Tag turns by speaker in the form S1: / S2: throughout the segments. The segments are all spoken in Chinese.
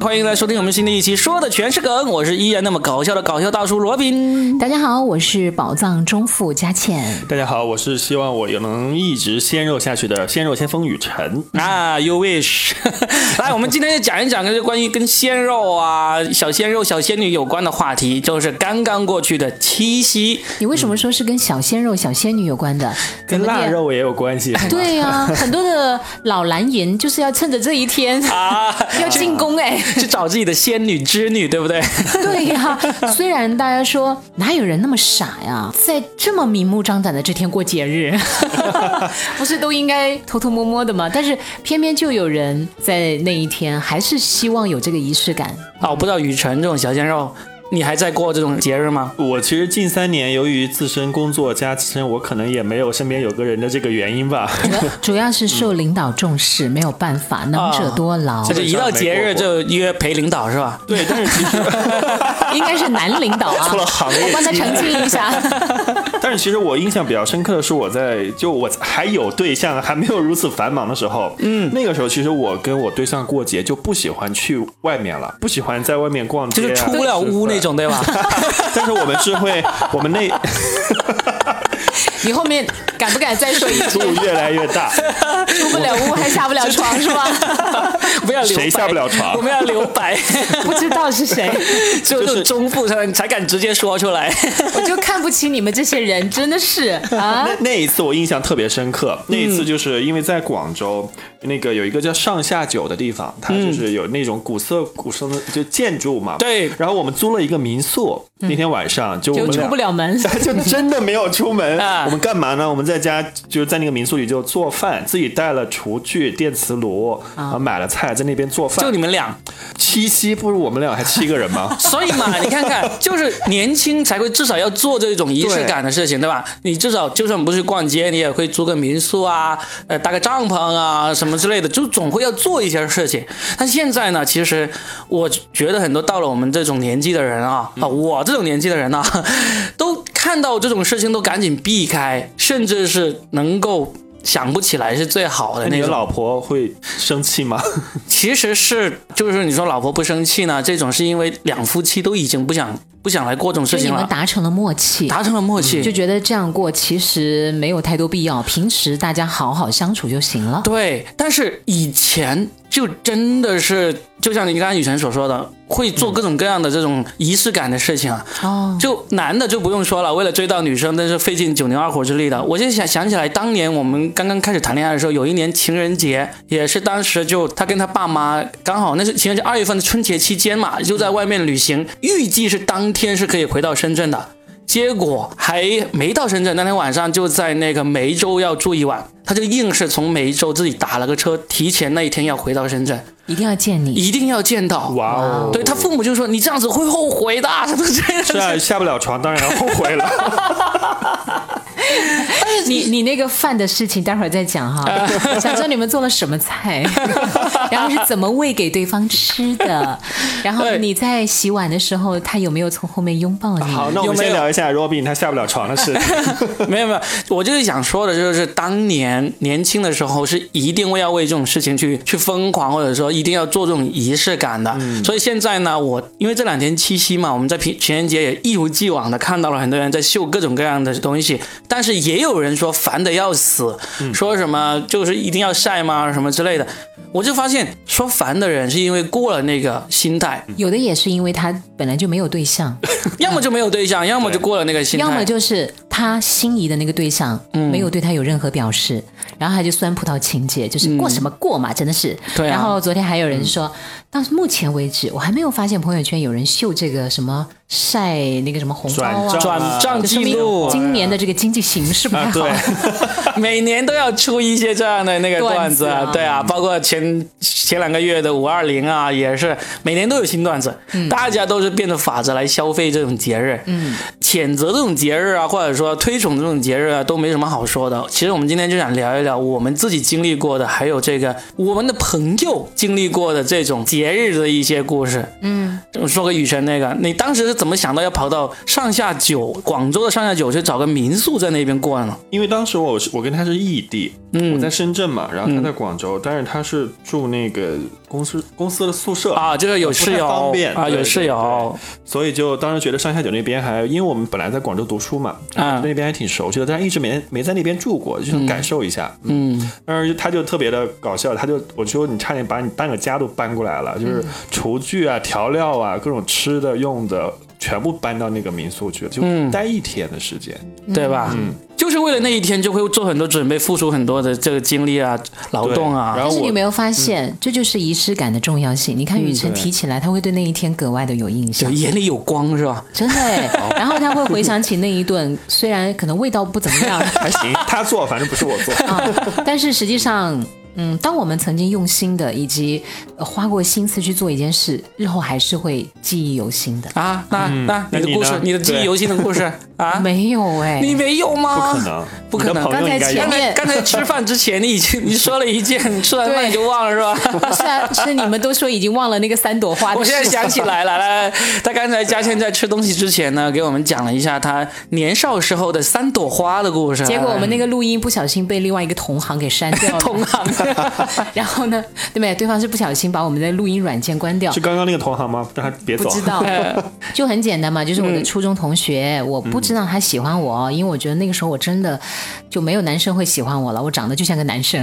S1: 欢迎来收听我们新的一期，说的全是梗。我是依然那么搞笑的搞笑大叔罗
S2: 嗯
S1: 宾。
S3: 大家好，我是宝藏中富佳倩。
S2: 大家好，我是希望我也能一直鲜肉下去的鲜肉先锋雨辰。
S1: 啊，You wish。来， 我们今天就讲一讲，就是关于跟鲜肉啊、小鲜肉、小仙女有关的话题，就是刚刚过去的七夕。
S3: 你为什么说是跟小鲜肉、小仙女有关的？
S2: 嗯
S3: 怎
S2: 跟
S3: 么
S2: 腊
S3: 念。
S2: 肉也有关系，是吗
S3: 对呀、很多的老蓝银就是要趁着这一 天
S1: 啊
S3: 要进攻哎、
S1: 去找自己的仙女织女，对不 对？
S3: 对呀、虽然大家说哪有人那么傻呀，在这么明目张胆的这天过节日， 不是都应该偷偷摸摸的吗？但是偏偏就有人在那一天还是希望有这个仪式感。
S1: 啊，我不知道雨辰这种小鲜肉，你还在过这种节日吗？
S2: 我其实近三年由于自身工作加自身，我可能也没有身边有个人的这个原因吧。
S3: 主要主要是受领导重视，没有办法，
S2: 啊
S3: 能者多劳。
S1: 就是一到节日就约陪领导是吧？
S2: 对，但是其 实，
S3: 应该是男领导啊，
S2: 错了行业
S3: 我帮他澄清一下。
S2: 但是其实我印象比较深刻的是，我在就我还有对象，还没有如此繁忙的时候，嗯，那个时候其实我跟我对象过节就不喜欢去外面了，不喜欢在外面逛
S1: 就
S2: 街啊、
S1: 是出不了屋那种，对 吧？
S2: 但是我们是会，我们那
S3: 你后面敢不敢再说一 句？
S2: 度越来越大，
S3: 出不了屋还下 不了床是吧？
S1: 不要留白
S2: 谁下不了床
S1: 我们要留白。
S3: 不知道是谁，
S1: 只有这种中妇才能才敢直接说出来。
S3: 我就看不起你们这些人，真的是啊
S2: 那！那一次我印象特别深刻，那一次
S1: 嗯
S2: 就是因为在广州，那个有一个叫上下九的地方，它就是有那种古色古香的就建筑嘛。
S1: 嗯对嗯
S2: 然后我们租了一个民宿， 那天晚上就我
S3: 就
S2: 们
S3: 出
S2: 俩
S3: 不。了门，
S2: 就真的没有出 门
S1: 啊，
S2: 我们干嘛呢？我们在家就是在那个民宿里就做饭，自己带了厨具、电磁炉，然后买了菜，在那边做饭。
S1: 啊就你们 俩，？
S2: 七夕不是我们俩还七个人吗
S1: 所以嘛，你看看，就是年轻才会至少要做这种仪式感的事情，对吧？你至少就算不是逛街，你也会租个民宿啊，呃，搭个帐篷啊，什么之类的，就总会要做一些事情。但现在呢，其实我觉得很多到了我们这种年纪的人啊，啊，我这种年纪的人呢、啊 都看到这种事情都赶紧避开，甚至是能够想不起来是最好的
S2: 那
S1: 那
S2: 你的
S1: 种。
S2: 老婆会生气吗？
S1: 其实是，就是你说老婆不生气呢，这种是因为两夫妻都已经不想不想来过这种
S3: 就
S1: 事
S3: 你
S1: 情
S3: 们
S1: 了，
S3: 达成了默契。
S1: 达成了默
S3: 就
S1: 契。
S3: 觉得这样过其实没有太多必要，平时大家好好相处就行了。
S1: 对，但是以前就真的是，就像你刚刚雨辰所说的，会做各种各样的这种仪式感的事情啊。
S3: 哦，
S1: 就男的就不用说了，为了追到女生，那是费尽九牛二虎之力的。我就想想起来，当年我们刚刚开始谈恋爱的时候，有一年情人节，也是当时就他跟他爸妈刚好那是情人节二月份的春节期间嘛，就在外面旅行，预计是当天是可以回到深圳的。结果还没到深圳，那天晚上就在那个梅州要住一晚，他就硬是从梅州自己打了个车，提前那一天要回到深圳，
S3: 一定要见你。
S1: 一定要见到。
S2: 哇哦！
S1: 对他父母就说你这样子会后悔的，什么之类的。
S2: 是啊，下不了床，当然要后悔了。
S3: 你你那个饭的事情待会儿再讲哈，想知道你们做了什么菜， 然后是怎么喂给对方吃的，然后
S1: 对
S3: 你在洗碗的时候，他有没有从后面拥抱你？
S2: 好，那
S1: 嗯
S2: 我
S1: 有
S2: 们
S1: 没
S2: 先
S1: 有
S2: 聊一下 Robin 他下不了床的事情。
S1: 没有没有，我就是想说的，就是当年年轻的时候是一定会要为这种事情去去疯狂，或者说一定要做这种仪式感的。所以现在呢，我因为这两天七夕嘛，我们在平情人节也一如既往的看到了很多人在秀各种各样的东西，但是也有人说烦的要死，说什么就是一定要晒吗什么之类的。我就发现说烦的人是因为过了那个心态，
S3: 有的也是因为他本来就没有对象，
S1: 要么就没有对象，要么就过了那个心态，
S3: 要么就是他心仪的那个对象没有对他有任何表示，然后他就酸葡萄情节，就是过什么过嘛，真的是。
S1: 对啊
S3: 然后昨天还有人说，到目前为止我还没有发现朋友圈有人秀这个什么晒那个什么红包
S2: 转
S3: 啊
S2: 账。
S1: 转账
S3: 就说
S1: 记
S3: 明
S1: 录。
S3: 今年的这个经济形势不太
S2: 啊，
S3: 好。
S2: 对，
S1: 每年都要出一些这样的那个段子，
S3: 段子啊
S1: 对啊，包括前前两个月的五二零啊，也是每年都有新段子，大家都是变着法子来消费这种节日。嗯，谴责这种节日啊，或者说推崇这种节日啊，都没什么好说的。其实我们今天就想聊一聊我们自己经历过的，还有这个我们的朋友经历过的这种节日的一些故事。
S3: 嗯，
S1: 说个雨辰那个，你当时是怎么想到要跑到上下九广州的上下九去找个民宿在那边过呢？
S2: 因为当时我是我跟他是异地，
S1: 嗯
S2: 我在深圳嘛，然后他在广州，但是他是住那个公司公司的宿舍
S1: 啊，这个有
S2: 不太
S1: 室友
S2: 方便
S1: 啊，
S2: 对
S1: 有
S2: 对
S1: 室友，
S2: 所以就当时觉得上下九那边还，因为我们本来在广州读书嘛，
S1: 嗯
S2: 那边还挺熟悉的，但是一直没没在那边住过，就想感受一下。嗯，
S1: 嗯，
S2: 但是他就特别的搞笑，他就我说你差点把你半个家都搬过来了，
S1: 嗯
S2: 就是厨具啊、调料啊、各种吃的用的全部搬到那个民宿去了，就
S1: 嗯
S2: 待一天的时间。
S1: 对吧？嗯，就是为了那一天就会做很多准备，付出很多的这个精力啊、劳动
S2: 对
S1: 啊。
S2: 然
S3: 但
S2: 后
S3: 是你有
S2: 我
S3: 没有发现，
S1: 嗯
S3: 这就是仪式感的重要性？你看雨辰
S2: 对
S3: 提起来，他会对那一天格外的有印
S1: 就
S3: 象。
S1: 眼里有光是吧？
S3: 真的哎，
S1: 哦
S3: 然后他会回想起那一顿， 虽然可能味道不怎 么样，
S2: 还行，他做反正不是我做。
S3: 啊，但是实际上，嗯，当我们曾经用心的以及、呃花过心思去做一件事，日后还是会记忆犹新的。
S1: 啊，那那
S2: 嗯那
S1: 你的
S2: 你
S1: 故事
S2: 呢，
S1: 你的记忆
S2: 对
S1: 犹新的故 事啊，
S3: 没有哎、
S1: 你没有吗？
S2: 不可能，
S1: 不可能
S2: 你的朋友应该有
S1: 刚。
S3: 刚
S1: 才刚才吃饭之前，你已经你说了一件，吃完饭
S3: 对
S1: 你就忘了是吧？
S3: 是啊，是你们都说已经忘了那个三朵花的
S1: 我
S3: 事
S1: 现
S3: 情。
S1: 在想起来了，来来，他刚才嘉倩在吃东西之前呢，给我们讲了一下他年少时候的三朵花的故事。
S3: 结果我们那个录音不小心被另外一个同行给删掉 了，
S1: 同行
S3: 然后呢，对不对？对方是不小心把我们的录音软件关掉
S2: 是，刚刚那个同行吗？让他别
S3: 不
S2: 走。
S3: 知 道，就很简单嘛，就是我的初中同学，
S1: 嗯
S3: 我不知道他喜欢我，因为我觉得那个时候我真的就没有男生会喜欢我了，我长得就像个 男生。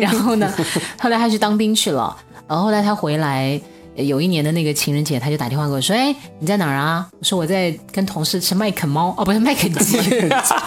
S3: 然后呢，后来他去当兵去了，然后后来他回来。呃有一年的那个情人节，他就打电话给我说：“哎，你在哪儿啊？”我说：“我在跟同事吃麦肯猫，哦，不是麦 肯鸡。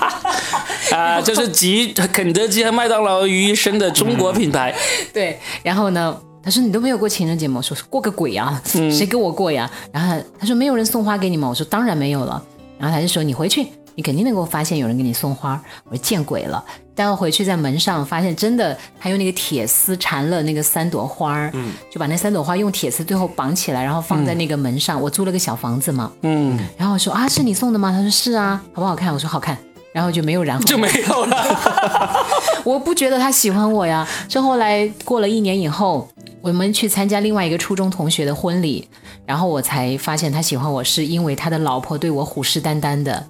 S1: 啊，就是集肯德基和麦当劳于一身的中国品牌，”
S3: 对，然后呢，他说：“你都没有过情人节吗？”我说：“过个鬼啊，谁给我过呀？”然后他说：“没有人送花给你吗？”我说：“当然没有了。”然后他就说：“你回去，你肯定能够发现有人给你送花。”我说：“见鬼了！”待会回去在门上发现，真的他用那个铁丝缠了那个三朵花儿，就把那三朵花用铁丝最后绑起来，然后放在那个门上。我租了个小房子嘛，
S1: 嗯，
S3: 然后我说：“啊，是你送的吗？”他说：“是啊，好不好看？”我说：“好看。”然后就没有然后
S1: 就
S3: 了
S1: 没有 了。
S3: 我不觉得他喜欢我呀。这后来过了一年以后，我们去参加另外一个初中同学的婚礼，然后我才发现他喜欢我是因为他的老婆对我虎视眈眈的。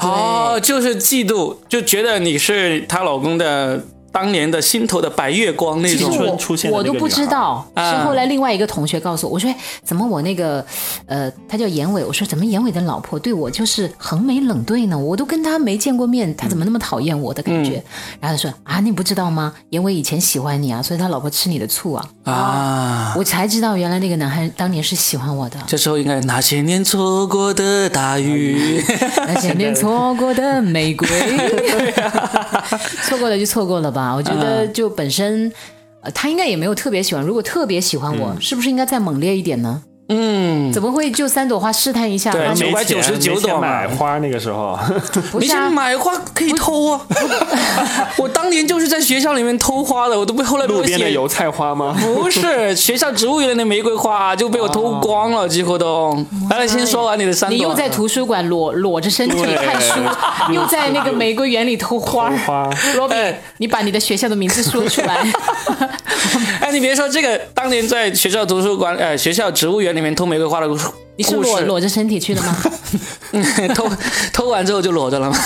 S1: 哦，就是嫉妒，就觉得你是她老公的当年的心头的白月光那
S3: 其实
S1: 种
S2: 青。春
S3: 我
S2: 出现的
S3: 我
S2: 那个
S3: 都不
S2: 女孩
S3: 知道，
S1: 啊
S3: 是后来另外一个同学告诉我，我说哎怎么我那个呃，他叫严伟，我说怎么严伟的老婆对我就是横眉冷对呢？我都跟他没见过面，他怎么那么讨厌我的感
S2: 嗯
S3: 觉？然后他说啊，你不知道吗？严伟以前喜欢你啊，所以他老婆吃你的醋啊。
S1: 啊，
S3: 我才知道原来那个男孩当年是喜欢我的。
S1: 这时候应该那些年错过的大雨，
S3: 那些年错过的玫瑰，错过了就错过了吧。我觉得就本身，呃，他应该也没有特别喜欢。如果特别喜欢我，是不是应该再猛烈一点呢？
S1: 嗯，
S3: 怎么会就三朵花试探一下？
S1: 对
S3: 然后
S1: 没
S2: 哎没钱
S1: 999
S2: 没钱
S1: 朵嘛
S2: 买花那个时候，
S3: 不
S1: 没
S3: 是
S1: 钱
S3: 啊，
S1: 买花可以偷啊！ 我当年就是在学校里面偷花的，我都被后来被
S2: 路
S1: 我
S2: 边的
S1: 写
S2: 油菜花吗？
S1: 不是学校植物园的玫瑰花、啊就被我偷光了，几乎都。来来，先说完你的三朵。
S3: 你又在图书馆裸裸着身体
S2: 对
S3: 看书，又在那个玫瑰园里偷花儿。
S2: 花
S3: 罗比
S1: 哎，
S3: 你把你的学校的名字说出来。
S1: 哎，你别说这个，当年在学校图书馆，呃，学校植物园里面偷玫瑰 花的故事，
S3: 你是裸裸着身体去 的吗？
S1: 偷偷完之后就裸着了吗？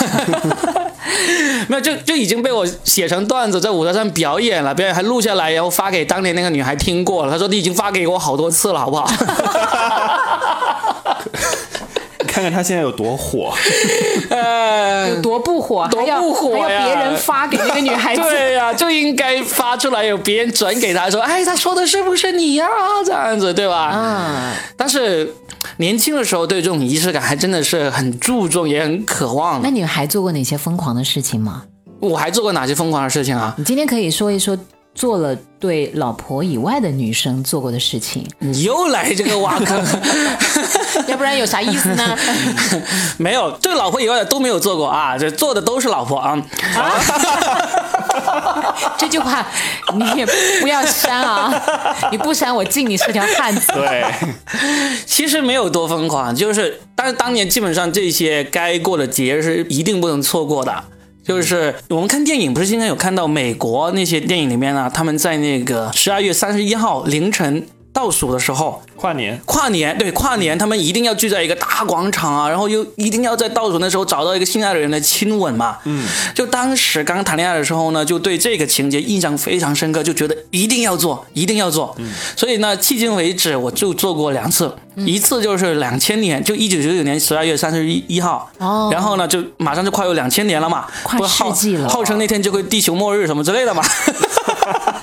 S1: 没有，就就已经被我写成段子，在舞台上表演了，表演还录下来，然后发给当年那个女孩听过了。她说你已经发给我好多次了，好 不好？
S2: 看看他现在有多火。
S1: 呃，
S3: 有多不火，
S1: 多
S3: 还要
S1: 不火
S3: 还要
S1: 呀
S3: 别人发给那个女孩子。
S1: 对呀、就应该发出来，有别人转给他说，哎，他说的是不是你呀、这样子，对吧？
S3: 啊，
S1: 但是年轻的时候对这种仪式感还真的是很注重，也很渴望
S3: 那
S1: 的。
S3: 你还做过哪些疯狂的事情吗？
S1: 我还做过哪些疯狂的事情啊？
S3: 你今天可以说一说做了对老婆以外的女生做过的事 情，
S1: 你又来这个挖坑，
S3: 要不然有啥意思 呢？
S1: 没有对老婆以外的都没有做过啊，这做的都是老婆啊。
S3: 这句话你也不要删 啊！你不删，我敬你是条汉子。
S2: 对，
S1: 其实没有多疯狂，就是但是当年基本上这些该过的节日是一定不能错过的。就是我们看电影，不是经常有看到美国那些电影里面啊，他们在那个十二月三十一号凌晨倒数的时候，
S2: 跨年
S1: 跨年对跨年，他们一定要聚在一个大广场啊，然后又一定要在倒数那时候找到一个心爱的人来亲吻嘛。嗯，就当时刚谈恋爱的时候呢，就对这个情节印象非常深刻，就觉得一定要做，一定要做。嗯，所以呢，迄今为止我就做过两次，一次就是两千年，就一九九九年十二月三十一一号，
S3: 哦
S1: 然后呢，就马上就快有两千年了嘛，
S3: 快
S1: 不是号
S3: 世纪了
S1: 号称那天就会地球末日什么之类的嘛。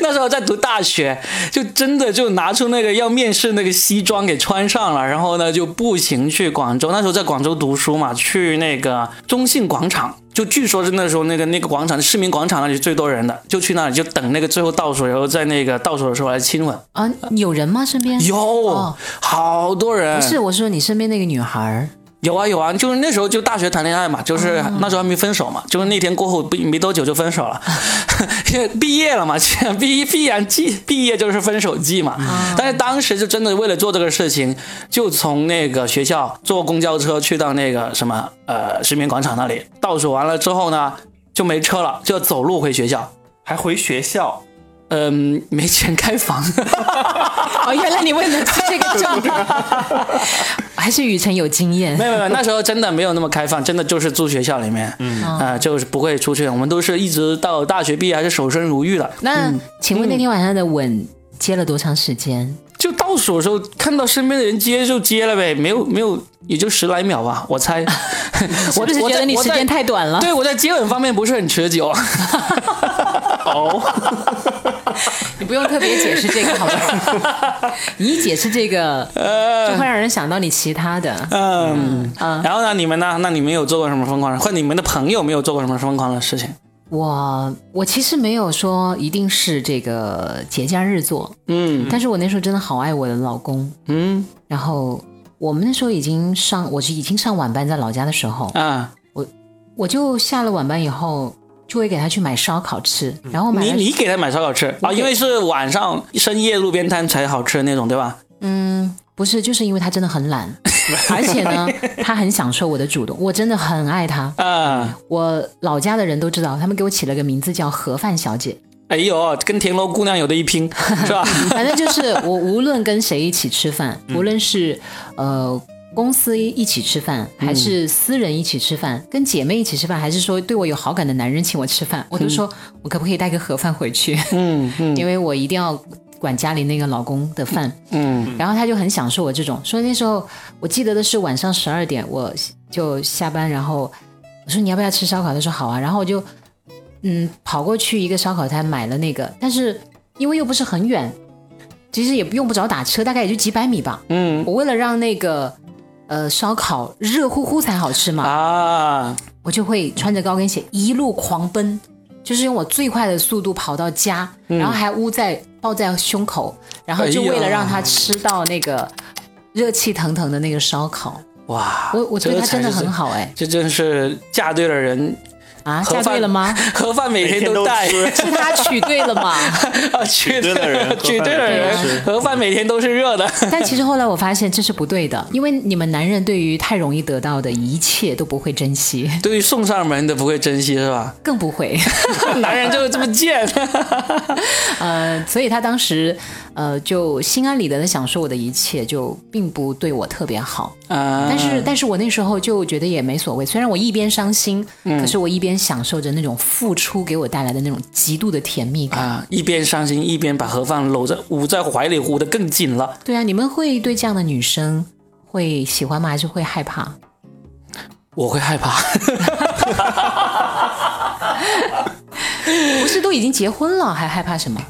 S1: 那时候在读大学，就真的就拿出那个要面试那个西装给穿上了，然后呢就步行去广州。那时候在广州读书嘛，去那个中信广场，就据说是那时候那个那个广场市民广场那里是最多人的，就去那里就等那个最后倒数，然后在那个倒数的时候来亲吻。
S3: 啊，有人吗？身边
S1: 有、
S3: 哦
S1: 好多人，
S3: 不是，我说你身边那个女孩儿，
S1: 有啊有啊，就是那时候就大学谈恋爱嘛，就是
S3: 嗯
S1: 那时候还没分手嘛，就是那天过后不没多久就分手了， 因为毕业了嘛，毕必然季毕业就是分手季嘛。
S3: 嗯
S1: 但是当时就真的为了做这个事情，就从那个学校坐公交车去到那个什么呃市民广场那里，倒数完了之后呢就没车了，就要走路回学校。
S2: 还回学校，
S1: 嗯，没钱开房，
S3: 哦，原来你问的是这个状态， 还是雨辰有经验
S1: 没？有没有，那时候真的没有那么开放，真的就是住学校里面，嗯
S3: 哦
S1: 啊、就是不会出去，我们都是一直到大学毕业还是守身如玉的。
S3: 那、请问那天晚上的吻接了多长时间？
S1: 就倒数的时候看到身边的人接就接了呗，没有没有，也就十来秒吧，我 猜。
S3: 是
S1: 我
S3: 不是
S1: 我
S3: 觉
S1: 在
S3: 得你
S1: 我
S3: 时
S1: 在
S3: 间太短了？
S1: 对，我在接吻方面不是很持久。啊 哦，
S3: 你不用特别解释这个，好不好？ 你一解释这个，
S1: 呃
S3: 就会让人想到你其他的。
S1: 嗯，
S3: 啊
S1: 然后呢，你们呢？那你们有做过什么疯狂的，或者你们的朋友没有做过什么疯狂的事情？
S3: 我我其实没有说一定是这个节假日做，
S1: 嗯
S3: 但是我那时候真的好爱我的老公。
S1: 嗯
S3: 然后我们那时候已经上，我是已经上晚班，在老家的时候，
S1: 啊，
S3: 我就下了晚班以后，就会给他去买烧烤吃。然后买
S1: 嗯你
S3: 了
S1: 你给他买烧烤吃啊？
S3: 给
S1: 因为是晚上深夜路边摊才好吃的那种，对吧？
S3: 嗯，不是，就是因为他真的很懒，而 且呢，他很享受我的主动，我真的很爱他。
S1: 啊，
S3: 我老家的人都知道，他们给我起了个名字叫盒饭小姐。
S1: 哎呦，跟田螺姑娘有的一拼，是 吧？
S3: 反正就是我无论跟谁一起吃饭，无论是呃公司一起吃饭，还是私人一起吃饭，跟姐妹一起吃饭，还是说对我有好感的男人请我吃饭，我都说我可不可以带个盒饭回去，
S1: 嗯嗯
S3: 因为我一定要管家里那个老公的饭。
S1: 嗯
S3: 然后他就很享受我这种。所以那时候我记得的是晚上十二点，我就下班，然后我说你要不要吃烧烤？他说好啊，然后我就嗯跑过去一个烧烤摊买了那个，但是因为又不是很远，其实也不用不着打车，大概也就几百米吧。
S1: 嗯
S3: 我为了让那个呃烧烤热乎乎才好吃嘛，
S1: 啊，
S3: 我就会穿着高跟鞋一路狂奔，就是用我最快的速度跑到家，
S1: 嗯
S3: 然后还捂在抱在胸口，然后就
S1: 哎呀
S3: 为了让他吃到那个热气腾腾的那个烧烤。
S1: 哇，
S3: 我我对
S1: 这
S3: 他真的
S1: 才是
S3: 很好哎、
S1: 这真是嫁对了人，
S3: 啊，
S1: 盒
S3: 嫁
S1: 饭
S3: 对 了吗？
S1: 盒饭每天都带
S2: 每，天都
S3: 是他娶对了嘛？
S1: 啊，娶
S2: 对了人
S1: 娶对了
S3: 盒饭每
S1: 人，盒饭每天都是热的。
S3: 但其实后来我发现这是不对的，因为你们男人对于太容易得到的一切都不会珍惜，
S1: 对于送上门的不会珍惜是吧？
S3: 更不会。
S1: 男人就是这么贱。
S3: 呃，所以他当时呃就心安理得的享受我的一切，就并不对我特别好。
S1: 啊，
S3: 但是，但是我那时候就觉得也没所谓。虽然我一边伤心，可是我一边享受着那种付出给我带来的那种极度的甜蜜感。
S1: 啊，一边伤心一边把盒饭搂在捂在怀里，捂得更紧了。
S3: 对啊，你们会对这样的女生会喜欢吗？还是会害怕？
S1: 我会害怕。
S3: 不是都已经结婚了，还害怕什么？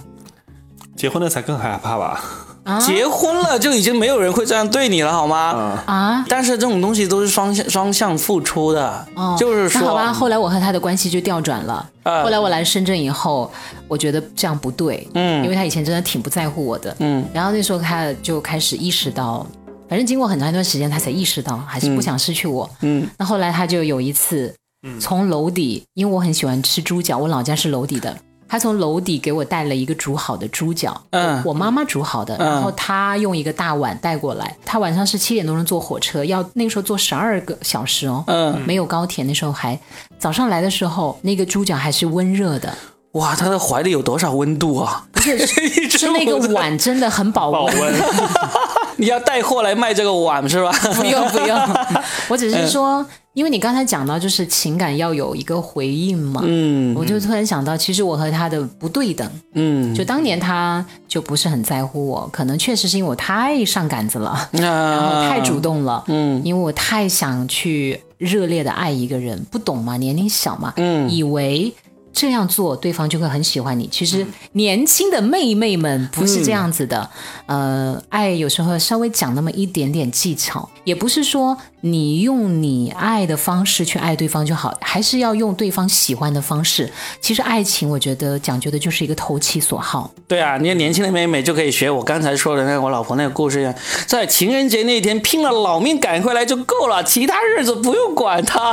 S2: 结婚了才更害怕吧？
S3: 啊
S1: 结婚了就已经没有人会这样对你了，好吗？
S2: 啊，
S3: 啊！
S1: 但是这种东西都是双向双向付出的，
S3: 哦，
S1: 就是说，
S3: 那好吧，后来我和他的关系就调转了。
S1: 啊
S3: 后来我来深圳以后，我觉得这样不对，
S1: 嗯
S3: 因为他以前真的挺不在乎我的，
S1: 嗯，
S3: 然后那时候他就开始意识到，反正经过很长一段时间，他才意识到还是不想失去我。
S1: 嗯，
S3: 那后来他就有一次，从楼底，因为我很喜欢吃猪脚，我老家是楼底的。他从楼底给我带了一个煮好的猪脚，
S1: 嗯
S3: 我我妈妈煮好的，然后他用一个大碗带过来。他晚上是七点多钟坐火车，要那个时候坐十二个小时哦，
S1: 嗯，
S3: 没有高铁，那时候还早上来的时候，那个猪脚还是温热的，
S1: 哇，他的怀里有多少温度啊？ 不是，
S3: 是那个，碗真的很保
S2: 保
S3: 温。
S2: 温，
S1: 你要带货来卖这个碗是吧？
S3: 不用不用，我只是说，因为你刚才讲到就是情感要有一个回应嘛，
S1: 嗯
S3: 我就突然想到，其实我和他的不对等，
S1: 嗯，
S3: 就当年他就不是很在乎我，可能确实是因为我太上杆子了，然后
S1: 那
S3: 太主动了，
S1: 啊嗯
S3: 因为我太想去热烈的爱一个人，不懂嘛，年龄小嘛，
S1: 嗯，
S3: 以为。这样做，对方就会很喜欢你。其实年轻的妹妹们不是这样子的，呃，爱有时候稍微讲那么一点点技巧，也不是说你用你爱的方式去爱对方就好，还是要用对方喜欢的方式。其实爱情，我觉得讲究的就是一个投其所好。
S1: 对啊，你看年轻的妹妹就可以学我刚才说的那个我老婆那个故事一样，在情人节那天拼了老命赶回来就够了，其他日子不用管她。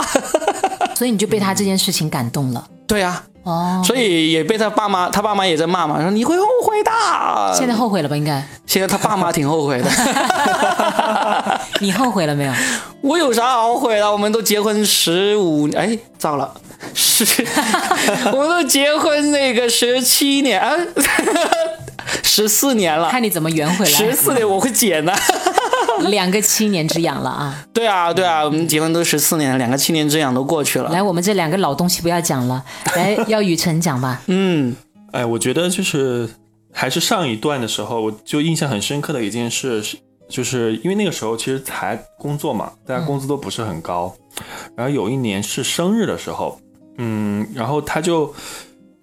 S3: 所以你就被他这件事情感动了。
S1: 对啊，
S3: 哦，
S1: 所以也被他爸妈，他爸妈也在骂嘛，说你会后悔的。
S3: 现在后悔了吧？应该，
S1: 现在他爸妈挺后 悔的。
S3: 你后悔了
S1: 啊
S3: 没有？
S1: 我有啥好悔的？我们都结婚十五，哎，糟了，十， 我们都结婚那个十七年，啊，十四年了，
S3: 看你怎么圆回
S1: 十
S3: 来。
S1: 四年我会减的。
S3: 两个七年之痒了啊！
S1: 对啊，对啊，我们结婚都十四年了，两个七年之痒都过去了。
S3: 来，我们这两个老东西不要讲了，来，要雨辰讲吧。
S1: 嗯
S2: 哎，我觉得就是还是上一段的时候，我就印象很深刻的一件事是，就是因为那个时候其实才工作嘛，大
S1: 嗯
S2: 家工资都不是很高。然后有一年是生日的时候，嗯，然后他就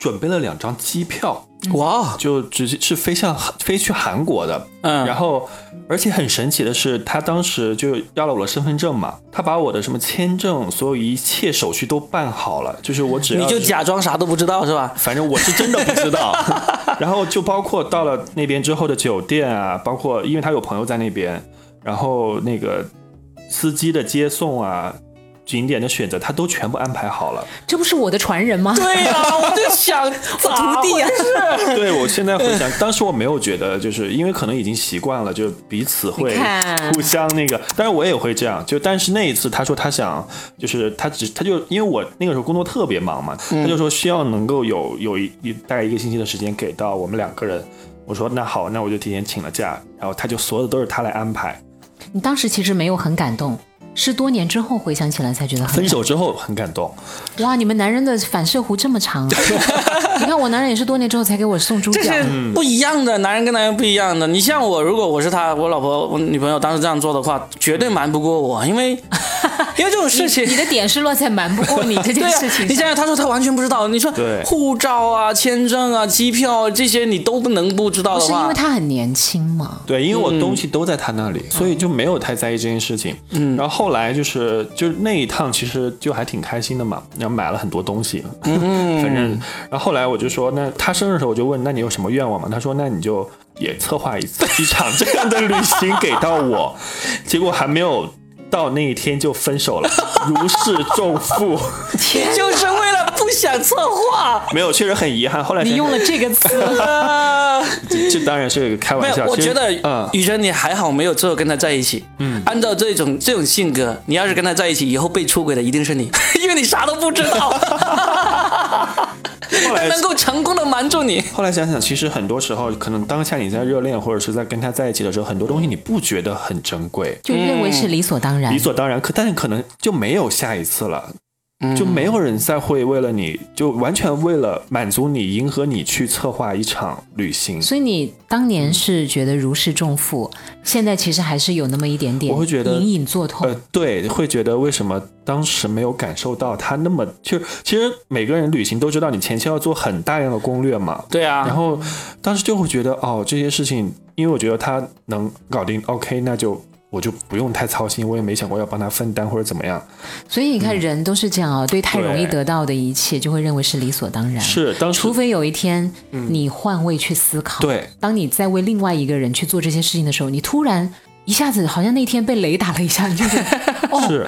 S2: 准备了两张机票，
S3: 嗯
S1: 哇，
S2: 就直接是飞向飞去韩国的。然
S1: 嗯
S2: 后，而且很神奇的是，他当时就要了我的身份证嘛，他把我的什么签证，所有一切手续都办好了，就是我只要
S1: 你就是假装啥都不知道是吧？
S2: 反正我是真的不知道。然后就包括到了那边之后的酒店啊，包括因为他有朋友在那边，然后那个司机的接送啊，景点的选择，他都全部安排好了。
S3: 这不是我的传人吗？
S1: 对呀、我就 想，我
S3: 徒弟啊，
S2: 对我现在回想，当时我没有觉得，就是因为可能已经习惯了，就彼此会
S3: 你看
S2: 互相那个。但是我也会这样，就但是那一次他说他想，就是他只他就因为我那个时候工作特别忙嘛，他就说需要能够有有一一大概一个星期的时间给到我们两个人。我说那好，那我就提前请了假，然后他就所有的都是他来安排。
S3: 你当时其实没有很感动，是多年之后回想起来才觉得很
S2: 分手之后很感动，
S3: 哇！你们男人的反射弧这么长、 啊，你看我男人也是多年之后才给我送猪
S1: 这
S3: 脚
S1: 是。不一样的，男人跟男人不一样的。你像我，如果我是他，我老婆、我女朋友当时这样做的话，绝对瞒不过我，因 为因为这种事情
S3: 你。的点是落在瞒不过你这
S1: 对
S3: 件
S1: 啊
S3: 事，情
S1: 你想
S3: 上。
S1: 想，他说他完全不知道，你说
S2: 对
S1: 护照啊、签证啊、机票啊这些你都不能不知道
S3: 不
S1: 的
S3: 是因
S1: 话
S3: 为，他很年轻嘛？
S2: 对，因为我东西都在他那里，所以就没有太在意这件事情。嗯，然后后来就是就是那一趟，其实就还挺开心的嘛，然后买了很多东西。嗯， 反正，然后后来我就说，那他生日的时候我就问，那你有什么愿望吗？他说，那你就也策划一次一场这样的旅行给到我。结果还没有到那一天就分手了，如释重负。
S1: 就是为了不想策 划。
S2: 没有，确实很遗憾。后来
S3: 你
S2: 想
S3: 用了这个词，
S1: 啊
S2: 这这当然是开
S1: 没
S2: 玩笑
S1: 有，，我
S2: 其实
S1: 觉得
S2: 嗯。
S1: 雨辰你还好没有最后跟他在一起。嗯，按照这种这种性格，你要是跟他在一起，以后被出轨的一定是你， 因为你啥都不知道。
S2: 后
S1: 他
S2: 来
S1: 能够成功的瞒住你。
S2: 后来想想，其实很多时候，可能当下你在热恋或者是在跟他在一起的时候，很多东西你不觉得很珍贵，
S3: 就认为是理所当然
S2: 理。所当然。可但是可能就没有下一次了，就没有人再会为了你就完全为了满足你、迎合你去策划一场旅行。
S3: 所以你当年是觉得如释重负，现在其实还是有那么一点点，
S2: 我会觉得
S3: 隐隐作
S2: 呃
S3: 痛。，
S2: 对，会觉得为什么当时没有感受到他那么，就其实每个人旅行都知道，你前期要做很大量的攻略嘛，
S1: 对啊，
S2: 然后当时就会觉得哦，这些事情，因为我觉得他能搞定，OK，那就我就不用太操心，我也没想过要帮他分担或者怎么样。
S3: 所以你看，人都是这样啊，对太容易
S2: 对
S3: 得到的一切就会认为是理所当然。
S2: 嗯是当时
S3: 除非有一天你换位去思考，
S2: 对，
S3: 当你在为另外一个人去做这些事情的时候， 你突然一下子好像那天被雷打了一下，你就觉得哦，
S2: 是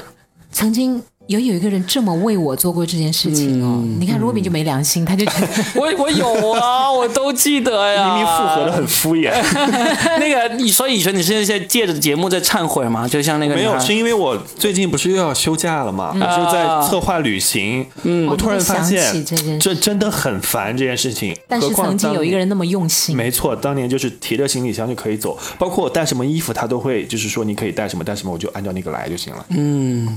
S3: 曾经有有一个人这么为我做过这件事情哦。
S2: 嗯
S3: 你看罗宾就没良心，他就觉得
S1: 我我有 啊，我都记得呀。
S2: 明明复合的很敷衍，
S1: 那个，你所以以前你是在借着节目在忏悔嘛？就像那个
S2: 没有，
S1: 女孩
S2: 是因为我最近不是又要休假了嘛，我就在策划旅行， 啊嗯，我突然发
S3: 哦你
S2: 现
S3: 会想起这件事
S2: 这真的很烦这件事情。
S3: 但是
S2: 何况
S3: 曾经
S2: 当
S3: 有一个人那么用心，
S2: 没错，当年就是提着行李箱就可以走，包括我带什么衣服，他都会就是说你可以带什么带什么，我就按照那个来就行了。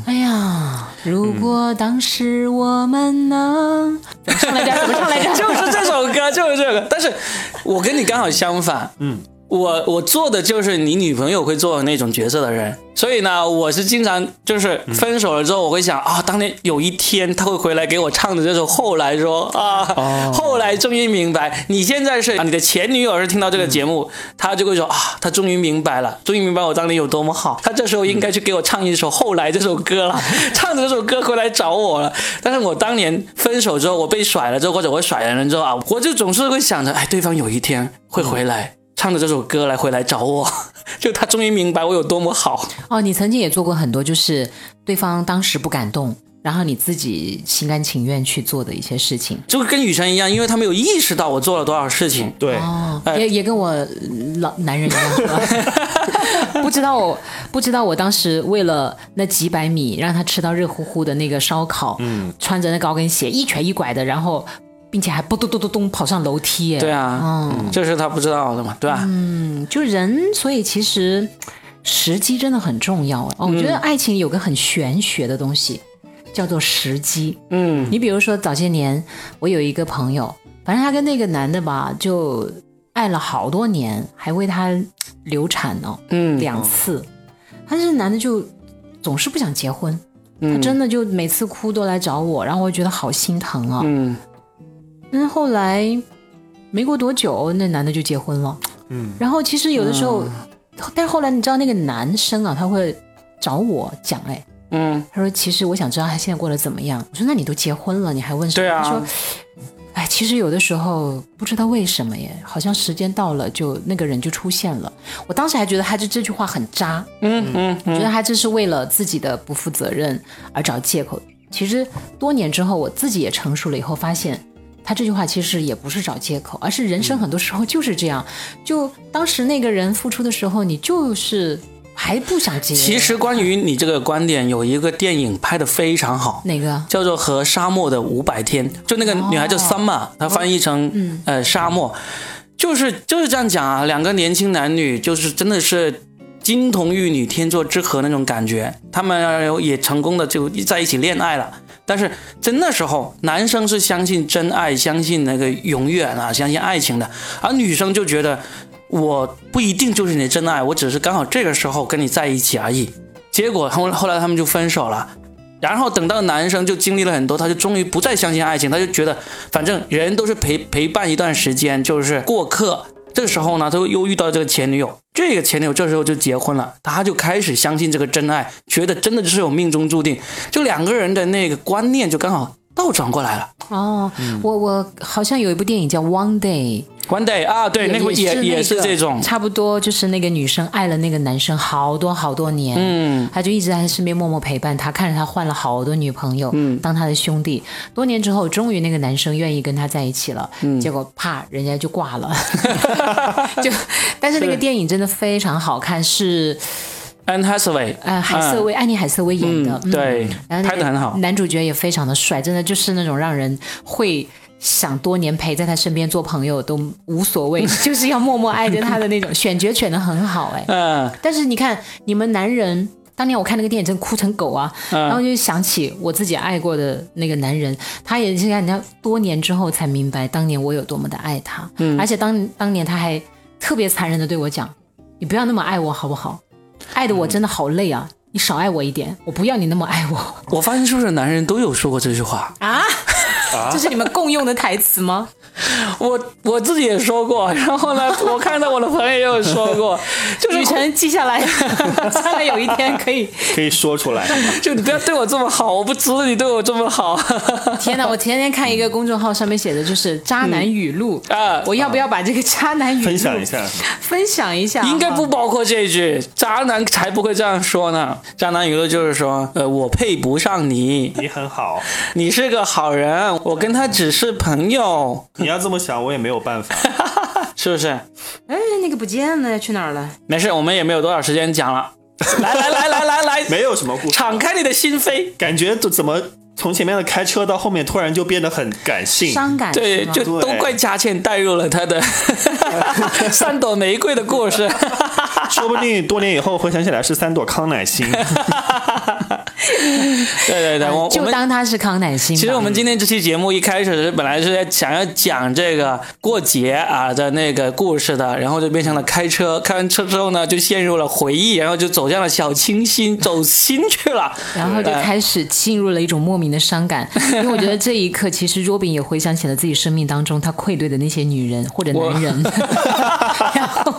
S3: 哎呀，如果当时我们能、怎么唱来着？怎么 唱来着？
S1: 就是这首歌，就是这个。但是我跟你刚好相反，嗯，我我做的就是你女朋友会做的那种角色的人，所以呢，我是经常就是分手了之后，我会想啊，当年有一天她会回来给我唱的这首《后来说》啊，后来终于明白，你现在是啊你的前女友是听到这个节目，她就会说啊，她终于明白了，终于明白我当年有多么好，她这时候应该去给我唱一首《后来》这首歌了，唱着这首歌回来找我了。但是我当年分手之后，我被甩了之后，或者我甩了人之后啊，我就总是会想着，哎，对方有一天会回来。唱着这首歌来回来找我， 就他终于明白我有多么好。
S3: 哦，你曾经也做过很多，就是对方当时不感动，然后你自己心甘情愿去做的一些事情。
S1: 就跟雨辰一样，因为他没有意识到我做了多少事情。
S2: 对，
S3: 哦，也也跟我呃老男人一样， 不知道我不知道我当时为了那几百米让他吃到热乎乎的那个烧烤，嗯，穿着那高跟鞋一瘸一拐的，然后并且还不咚咚咚咚跑上楼梯耶，
S1: 对啊，
S3: 嗯，
S1: 这是他不知道的嘛，对吧、
S3: 就人，所以其实时机真的很重要哦。我觉得爱情有个很玄学的东西，叫做时机。嗯，你比如说早些年，我有一个朋友，反正他跟那个男的吧，就爱了好多年，还为他流产哦，
S1: 嗯
S3: 两次。但是男的就总是不想结婚，他真的就每次哭都来找我，然后我觉得好心疼啊。
S1: 嗯，
S3: 但是后来没过多久，那男的就结婚了。嗯，然后其实有的时候，但是后来你知道那个男生啊，他会找我讲，哎，
S1: 嗯，
S3: 他说其实我想知道他现在过得怎么样。我说那你都结婚了，你还问什么？
S1: 对啊
S3: 他说。哎，其实有的时候不知道为什么耶，好像时间到了就那个人就出现了。我当时还觉得他这这句话很渣，
S1: 嗯嗯
S3: 觉得他这是为了自己的不负责任而找借口。其实多年之后，我自己也成熟了以后，发现他这句话其实也不是找借口，而是人
S1: 嗯
S3: 生很多时候就是这样。就当时那个人付出的时候，你就是还不想接。
S1: 其实关于你这个观点，有一个电影拍的非常好，
S3: 哪个？
S1: 叫做《和沙漠的五百天》，就那个女孩叫 Summer，、她翻译成、呃沙漠，就是就是这样讲啊，两个年轻男女就是真的是。金童玉女、天作之合那种感觉，他们也成功的就在一起恋爱了。但是在那时候，男生是相信真爱、相信那个永远啊、相信爱情的，而女生就觉得我不一定就是你的真爱，我只是刚好这个时候跟你在一起而已。结果后后来他们就分手了。然后等到男生就经历了很多，他就终于不再相信爱情，他就觉得反正人都是陪陪伴一段时间，就是过客。这时候呢，他又遇到这个前女友，这个前女友这时候就结婚了，他就开始相信这个真爱，觉得真的是有命中注定，就两个人的那个观念就刚好倒转过来了。
S3: 哦，
S1: 嗯
S3: 我我好像有一部电影叫《One Day》，
S1: One day 啊，对，那个
S3: 也
S1: 也也
S3: 是
S1: 是
S3: 那个
S1: 这种，
S3: 差不多就是那个女生爱了那个男生好多好多年，嗯，她就一直在他身边默默陪伴他，看着他换了好多女朋友，嗯，当他的兄弟。多年之后，终于那个男生愿意跟她在一起了，嗯，结果啪，人家就 挂了，就。但是那个电影真的非常好看，是
S1: Anne Hathaway，
S3: 呃海瑟薇、安妮海瑟薇演的，
S1: 嗯，对，
S3: 然后那
S1: 拍的很好，
S3: 男主角也非常的帅，真的就是那种让人会想多年陪在他身边做朋友都无 所谓，就是要默默爱着他的那种。选角选的很好哎，
S1: 嗯，
S3: 但是你看你们男人。当年我看那个电影，真哭成狗啊！
S1: 嗯
S3: 然后就想起我自己爱过的那个男人，他也是看人家多年之后才明白，当年我有多么的爱他。嗯，而且当当年他还特别残忍的对我讲：“你不要那么爱我好不好？爱的我真的好累啊！你少爱我一点，我不要你那么爱我。”
S1: 我发现是不是男人都有说过这句话？
S3: 啊， 这是你们共用的台词吗？
S1: 我我自己也说过，然后呢，我看到我的朋友也有说过，就是
S3: 雨辰记 下来，将来有一天可以。
S2: 可以说出来。
S1: 就你不要对我这么好，我不值得你对我这么好。
S3: 天哪！我前天看一个公众号上面写的就是“渣男语录”
S1: 啊
S3: 嗯我要不要把这个渣男语录
S2: 分享一下，
S3: 分享一下？啊
S1: 应该不包括这一句，渣男才不会这样说呢。渣男语录就是说，呃，我配不上你，
S2: 你很好，
S1: 你是个好人，我跟他只是朋友，
S2: 你要这么想，我也没有办法。
S1: 是不是？
S3: 哎，那个不见了，去哪儿了？
S1: 没事，我们也没有多少时间讲了。来来来来来来，
S2: 没有什么故事，
S1: 敞开你的心扉。
S2: 感觉怎怎么从前面的开车到后面，突然就变得很感性。
S3: 伤感
S1: 对，
S3: 是吗
S1: 就都
S2: 哎对
S1: 怪佳倩带入了她的 三朵玫瑰的故事。
S2: 说不定多年以后回想起来是三朵康乃 馨。
S1: 对对对，我我
S3: 啊就
S1: 们
S3: 当嗯他是康乃馨吧。
S1: 其实我们今天这期节目一开始是本来是想要讲这个过节啊的那个故事的，然后就变成了开车，开完车之后呢，就陷入了回忆，然后就走向了小清新，走心去了。
S3: 然后就
S1: 呃
S3: 开始进入了一种莫名的伤 感，因为我觉得这一刻，其实 Robin 也回想起了自己生命当中他愧对的那些女人或者男人， 然后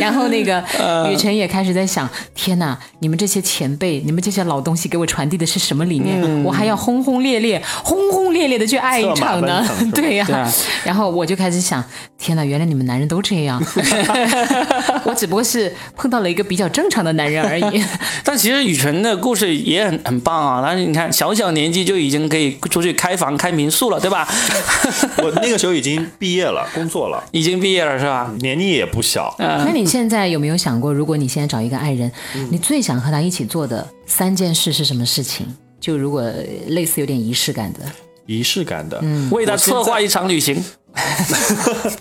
S3: 然后那个
S2: 嗯
S3: 雨辰也开始在想，天哪，你们这些前辈，你们这些老东西给我传递的是什么理念？我还要轰轰烈烈、轰轰烈烈的去爱一场呢
S2: 嗯策马奔腾是？吧
S3: 对呀、
S1: 对啊
S3: 然后我就开始想，天哪，原来你们男人都这 样， 我只不过是碰到了一个比较正常的男人而已。
S1: 但其实雨辰的故事也很很棒啊，但是你看小小年纪就已经可以出去开房、开民宿了，对 吧？
S2: 我那个时候已经毕业了，工作了，
S1: 已经毕业了是吧？
S2: 年纪也不小。
S1: 嗯呃
S3: 那你现在有没有想过，如果你现在找一个爱人，你最想和他一起做的三件事是什么事情？就如果类似有点仪式感的，
S2: 仪式感的，
S3: 嗯
S1: 为他策划一场旅行，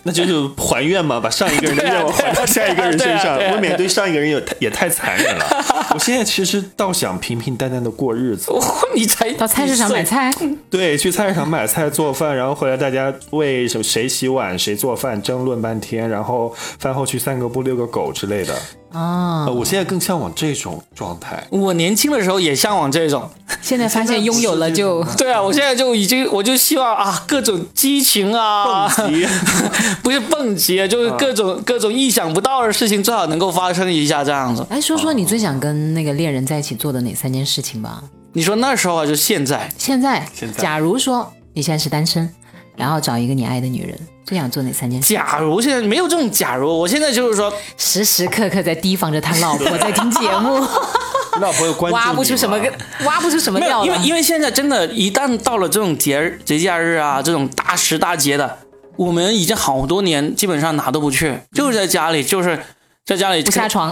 S2: 那就是还愿嘛，把上一个人的愿望
S1: 对啊对啊
S2: 还到下一个人
S1: 对
S2: 身上。
S1: 啊对啊对啊
S2: 未免对上一个人也太也太残忍了。我现在其实倒想平平淡淡的过日子，
S1: 哇、你才
S3: 到菜市场买菜，
S2: 对，去菜市场买菜做饭，然后回来大家为什么谁洗碗谁做饭争论半天，然后饭后去散个步遛个狗之类的。
S3: 啊、
S2: 呃，我现在更向往这种状态。
S1: 我年轻的时候也向往这种，
S3: 现在发现拥有了就
S1: 对啊，我现在就已经，我就希望啊，各种激情 啊，
S2: 急
S1: 不是蹦极啊，就是各种、各种意想不到的事情，最好能够发生一下这样子。
S3: 来哎说说你最想跟那个恋人在一起做的哪三件事情吧。
S1: 你说那时候啊，就现在，
S3: 现在，
S2: 现在
S3: 假如说你现在是单身，然后找一个你爱的女人，最想做哪三件事？
S1: 假如现在没有这种假如，我现在就是说，
S3: 时时刻刻在提防着他老婆在听节目，
S2: 你老婆有关注
S3: 挖
S2: 你
S3: 不出什么
S2: 吗
S3: 个，挖不出什么
S1: 没有，
S3: 料
S1: 因为
S3: 了。
S1: 因为现在真的，一旦到了这种节日节假日啊，这种大时大节的，我们已经好多年基本上哪都不去，就是在家里，就是在家里
S3: 不下床，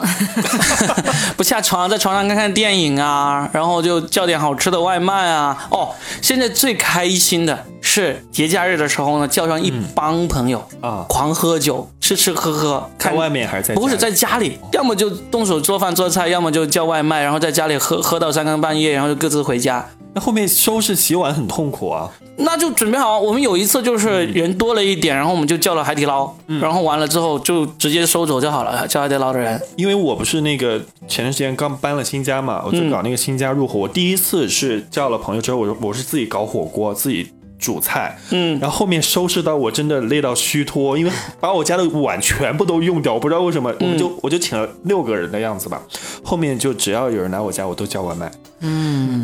S1: 不下床，在床上看看电影啊，然后就叫点好吃的外卖啊。哦，现在最开心的是节假日的时候呢，叫上一帮朋友
S2: 啊
S1: 狂喝酒，吃吃喝喝，
S2: 在
S1: 看
S2: 外。面还是在
S1: 不是
S2: 家
S1: 在
S2: 里
S1: 家里，要么就动手做饭做菜，要么就叫外卖，然后在家里喝喝到三更半夜，然后就各自回家。
S2: 那后面收拾洗碗很痛苦啊。
S1: 那就准备好啊。我们有一次就是
S2: 嗯
S1: 人多了一点，然后我们就叫了海底捞，然后完了之后就直接收走就好了，叫海底捞的人。
S2: 因为我不是那个前段时间刚搬了新家嘛，
S3: 嗯
S2: 我就搞那个新家入伙。我第一次是叫了朋友之后，我我是自己搞火锅，自己煮菜，嗯，然后后面收拾到我真的累到虚脱，因为把我家的碗全部都用掉，我不知道为
S3: 嗯
S2: 什么，我们就我就请了六个人的样子吧。后面就只要有人来我家，我都叫外卖。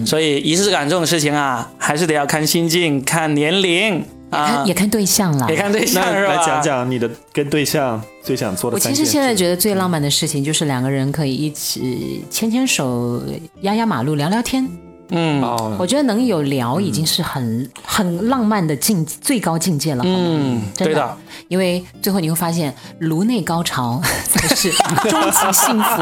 S1: 所以仪式感这种事情啊，还是得要看心境、看年龄啊
S3: 看， 也看对象了
S1: 也。看对象
S2: 那
S1: 是吧？
S2: 来讲讲你的跟对象最想做的
S3: 我
S2: 三
S3: 其
S2: 件
S3: 实现在
S2: 事。
S3: 觉得最浪漫的事情就是两个人可以一起牵牵手、压压马路、聊聊天。
S1: 嗯，
S2: 哦，
S3: 我觉得能有聊已经是很、很浪漫的境最高境界了。嗯，真
S1: 对的，
S3: 因为最后你会发现，颅内高潮才 是终极幸福。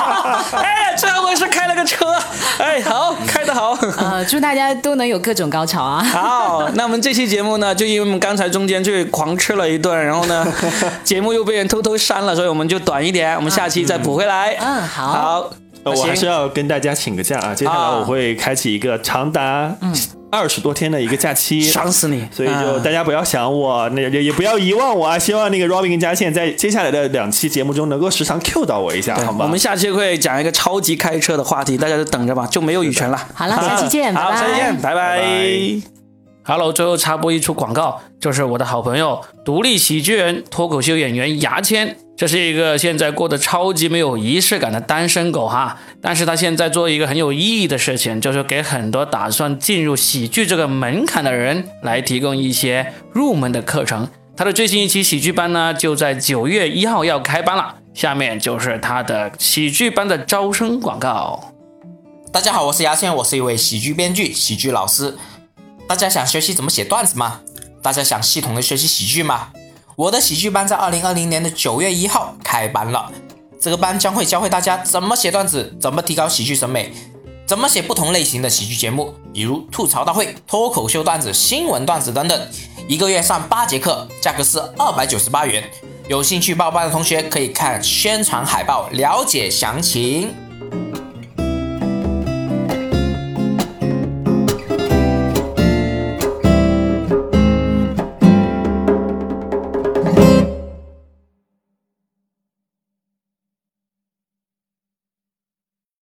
S1: 哎，最后我是开了个车，哎，好，开得 好。
S3: 呃，祝大家都能有各种高潮啊！
S1: 好，那我们这期节目呢，就因为我们刚才中间去狂吃了一顿，然后呢， 节目又被人偷偷删了，所以我们就短一点，我们下期再补回来。
S3: 嗯嗯好
S1: 好，
S2: 呃我还
S1: 行
S2: 是要跟大家请个假啊！接下来
S1: 啊
S2: 我会开启一个长达
S3: 嗯
S2: 二十多天的一个假期，
S3: 啊
S1: 爽死你！
S2: 所以就
S1: 嗯
S2: 大家不要想我，那也也不要遗忘我啊！希望那个 Robin 跟佳倩在接下来的两期节目中能够时常 Q 到我一下，好吗？
S1: 我们下期会讲一个超级开车的话题，大家就等着吧，就没有雨辰了。
S3: 好了，下期见，
S1: 好，
S3: 拜拜。
S1: 下期见，拜
S2: 拜拜
S1: Hello，最后插播一出广告，就是我的好朋友独立喜剧人、脱口秀演员牙签。这是一个现在过得超级没有仪式感的单身狗哈，但是他现在做一个很有意义的事情，就是给很多打算进入喜剧这个门槛的人来提供一些入门的课程。他的最新一期喜剧班呢，就在九月一号要开班了。下面就是他的喜剧班的招生广告。
S4: 大家好，我是牙签，我是一位喜剧编剧、喜剧老师。大家想学习怎么写段子吗？大家想系统的学习喜剧吗？我的喜剧班在二零二零年的九月一号开班了，这个班将会教会大家怎么写段子，怎么提高喜剧审美，怎么写不同类型的喜剧节目，比如吐槽大会、脱口秀段子、新闻段子等等。一个月上八节课，价格是二百九十八元。有兴趣报班的同学可以看宣传海报了解详情。